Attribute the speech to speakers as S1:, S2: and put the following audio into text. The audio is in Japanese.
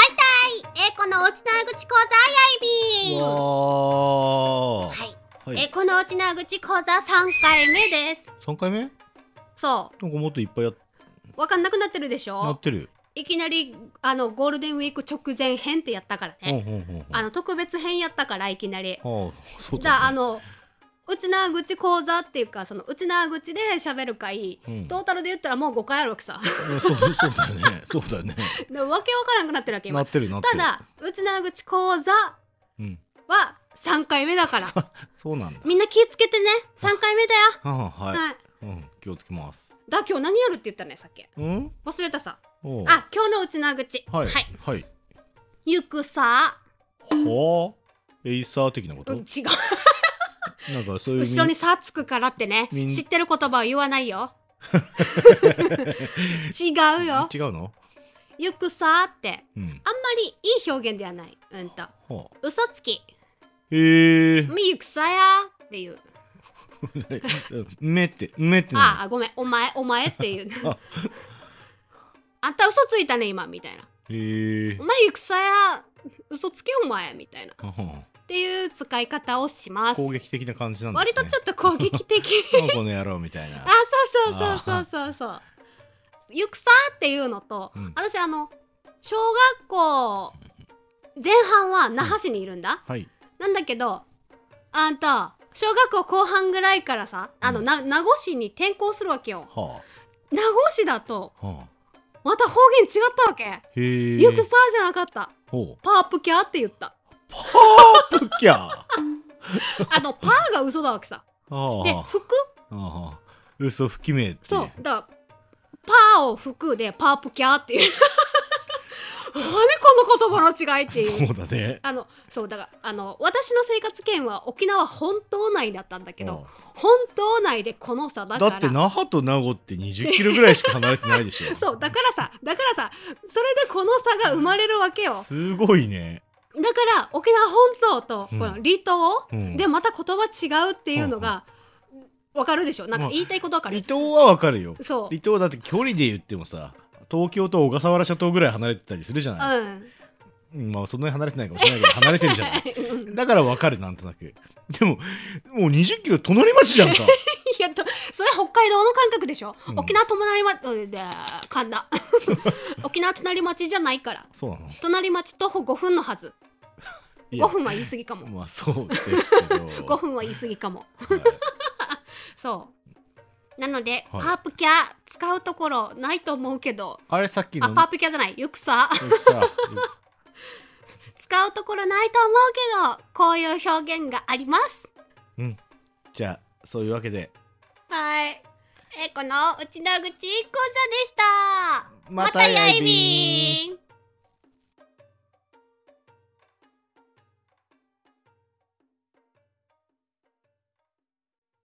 S1: えーこのおちなぐち講座やいびんは
S2: わ
S1: い、
S2: ーは
S1: え
S2: い
S1: ーこのおちなぐち講座3回目です
S2: 3回目なんか
S1: そ
S2: もっといっぱいやっ
S1: うわかんなくなってるでし
S2: な
S1: ょ
S2: ってる
S1: いきなりあのゴールデンウィーク直前編ってやったから
S2: うんうん
S1: ね
S2: うんうん
S1: あの特別編やったからいきなり
S2: はあそう
S1: だ
S2: だ
S1: あ
S2: ね
S1: のうちなぐち講座っていうかそのうちなぐちで喋る会
S2: うん
S1: トータルで言ったらもう5回あるわけ さ
S2: うんそうそうだね そう だね
S1: でわけわからなくなってるわけ
S2: な
S1: 今
S2: ってるなって
S1: た
S2: る
S1: だうちなぐち講座
S2: うん
S1: は3回目だから
S2: さそうなんだ
S1: みんな気ぃつけてね3回目だよ
S2: はあはい
S1: はい
S2: うん、気をつけます。
S1: だ今日何やるって言ったねさっき
S2: うん？
S1: 忘れたさ
S2: おう
S1: あ今日のうちなぐち
S2: はいはい。
S1: ゆくさ
S2: はあ、エイサー的なこ
S1: う
S2: と？
S1: ん違う
S2: なんかそういう
S1: 後ろにさつくからってね
S2: みん
S1: 知ってる言葉を言わない よ違うよ
S2: 違うの？
S1: ゆくさって
S2: うん。
S1: あんまりいい表現ではない。うんと、
S2: はあ、
S1: 嘘つき、
S2: へ え。
S1: みゆくさやっていう。
S2: めってめって
S1: あ
S2: な
S1: あ、ごめん、お前、お前っていう。
S2: あ
S1: あんた嘘ついたね、今みたいな。
S2: に。へえ
S1: お。前、ゆくさや、嘘つけ、お前みたいな。
S2: はは
S1: っていう使い方をします。
S2: 攻撃的な感じなんですね。
S1: 割とちょっと攻撃的。
S2: とこの野郎みたいな
S1: あ、。そうそうそうそうそうそう。ゆくさっていうのと、
S2: うん
S1: 私、あの、小学校前半は那覇市にいるんだ。
S2: はい。
S1: なんだけどあんた小学校後半ぐらいからさあの、
S2: うん
S1: な名護市に転校するわけよ
S2: は
S1: 名護市だと
S2: あはあ。
S1: また方言違ったわけ
S2: へえ。
S1: ゆくさーじゃなかった
S2: ほう。
S1: パープキャーって言った
S2: プッキャー。は
S1: あのパーが嘘だわけさ
S2: あ。
S1: で
S2: は
S1: 服
S2: あはあ。嘘吹き目って。
S1: そう。だからパーを服でパープキャーって いう何この言葉の違いっていう
S2: そうだね。
S1: あのそうだからあの私の生活圏は沖縄本島内だったんだけ
S2: うん
S1: ど本島内でこの差だ
S2: だ
S1: から
S2: って那覇と名護って20キロぐらいしか離れてないでし ょ
S1: そうだからさだからさそれでこの差が生まれるわけよだか
S2: すごいね、
S1: ら沖縄本島とこ
S2: うん
S1: の離島、
S2: うん、
S1: でまた言葉違うっていうのがわかるでしょなんか言いたいことわかる、
S2: 離島はわかるよ
S1: そう
S2: 離島だって距離で言ってもさ東京と小笠原諸島ぐらい離れてたりするじゃない、
S1: うん
S2: うんまあそんなに離れてないかもしれないけど離れてるじゃない
S1: うん
S2: だからわかるなんとなくでももう20キロ隣町じゃん か
S1: いやとそれ北海道の感覚でしょ、
S2: うん
S1: 沖縄隣町で噛んだ 沖縄隣町じゃないから
S2: そうなの
S1: 隣町徒歩5分のはず
S2: い
S1: 5分は言い過ぎかも
S2: まあそうです けど
S1: 5分は言い過ぎかも
S2: はい
S1: そうなので、
S2: はい
S1: パープキャー使うところないと思うけど
S2: あれさっきの
S1: あパープキャーじゃないよくさ
S2: よくさよく
S1: 使うところないと思うけどこういう表現があります
S2: じゃあそういうわけで
S1: はいえーこのうちなぐち講座でした
S2: ま
S1: またやい
S2: ー
S1: びん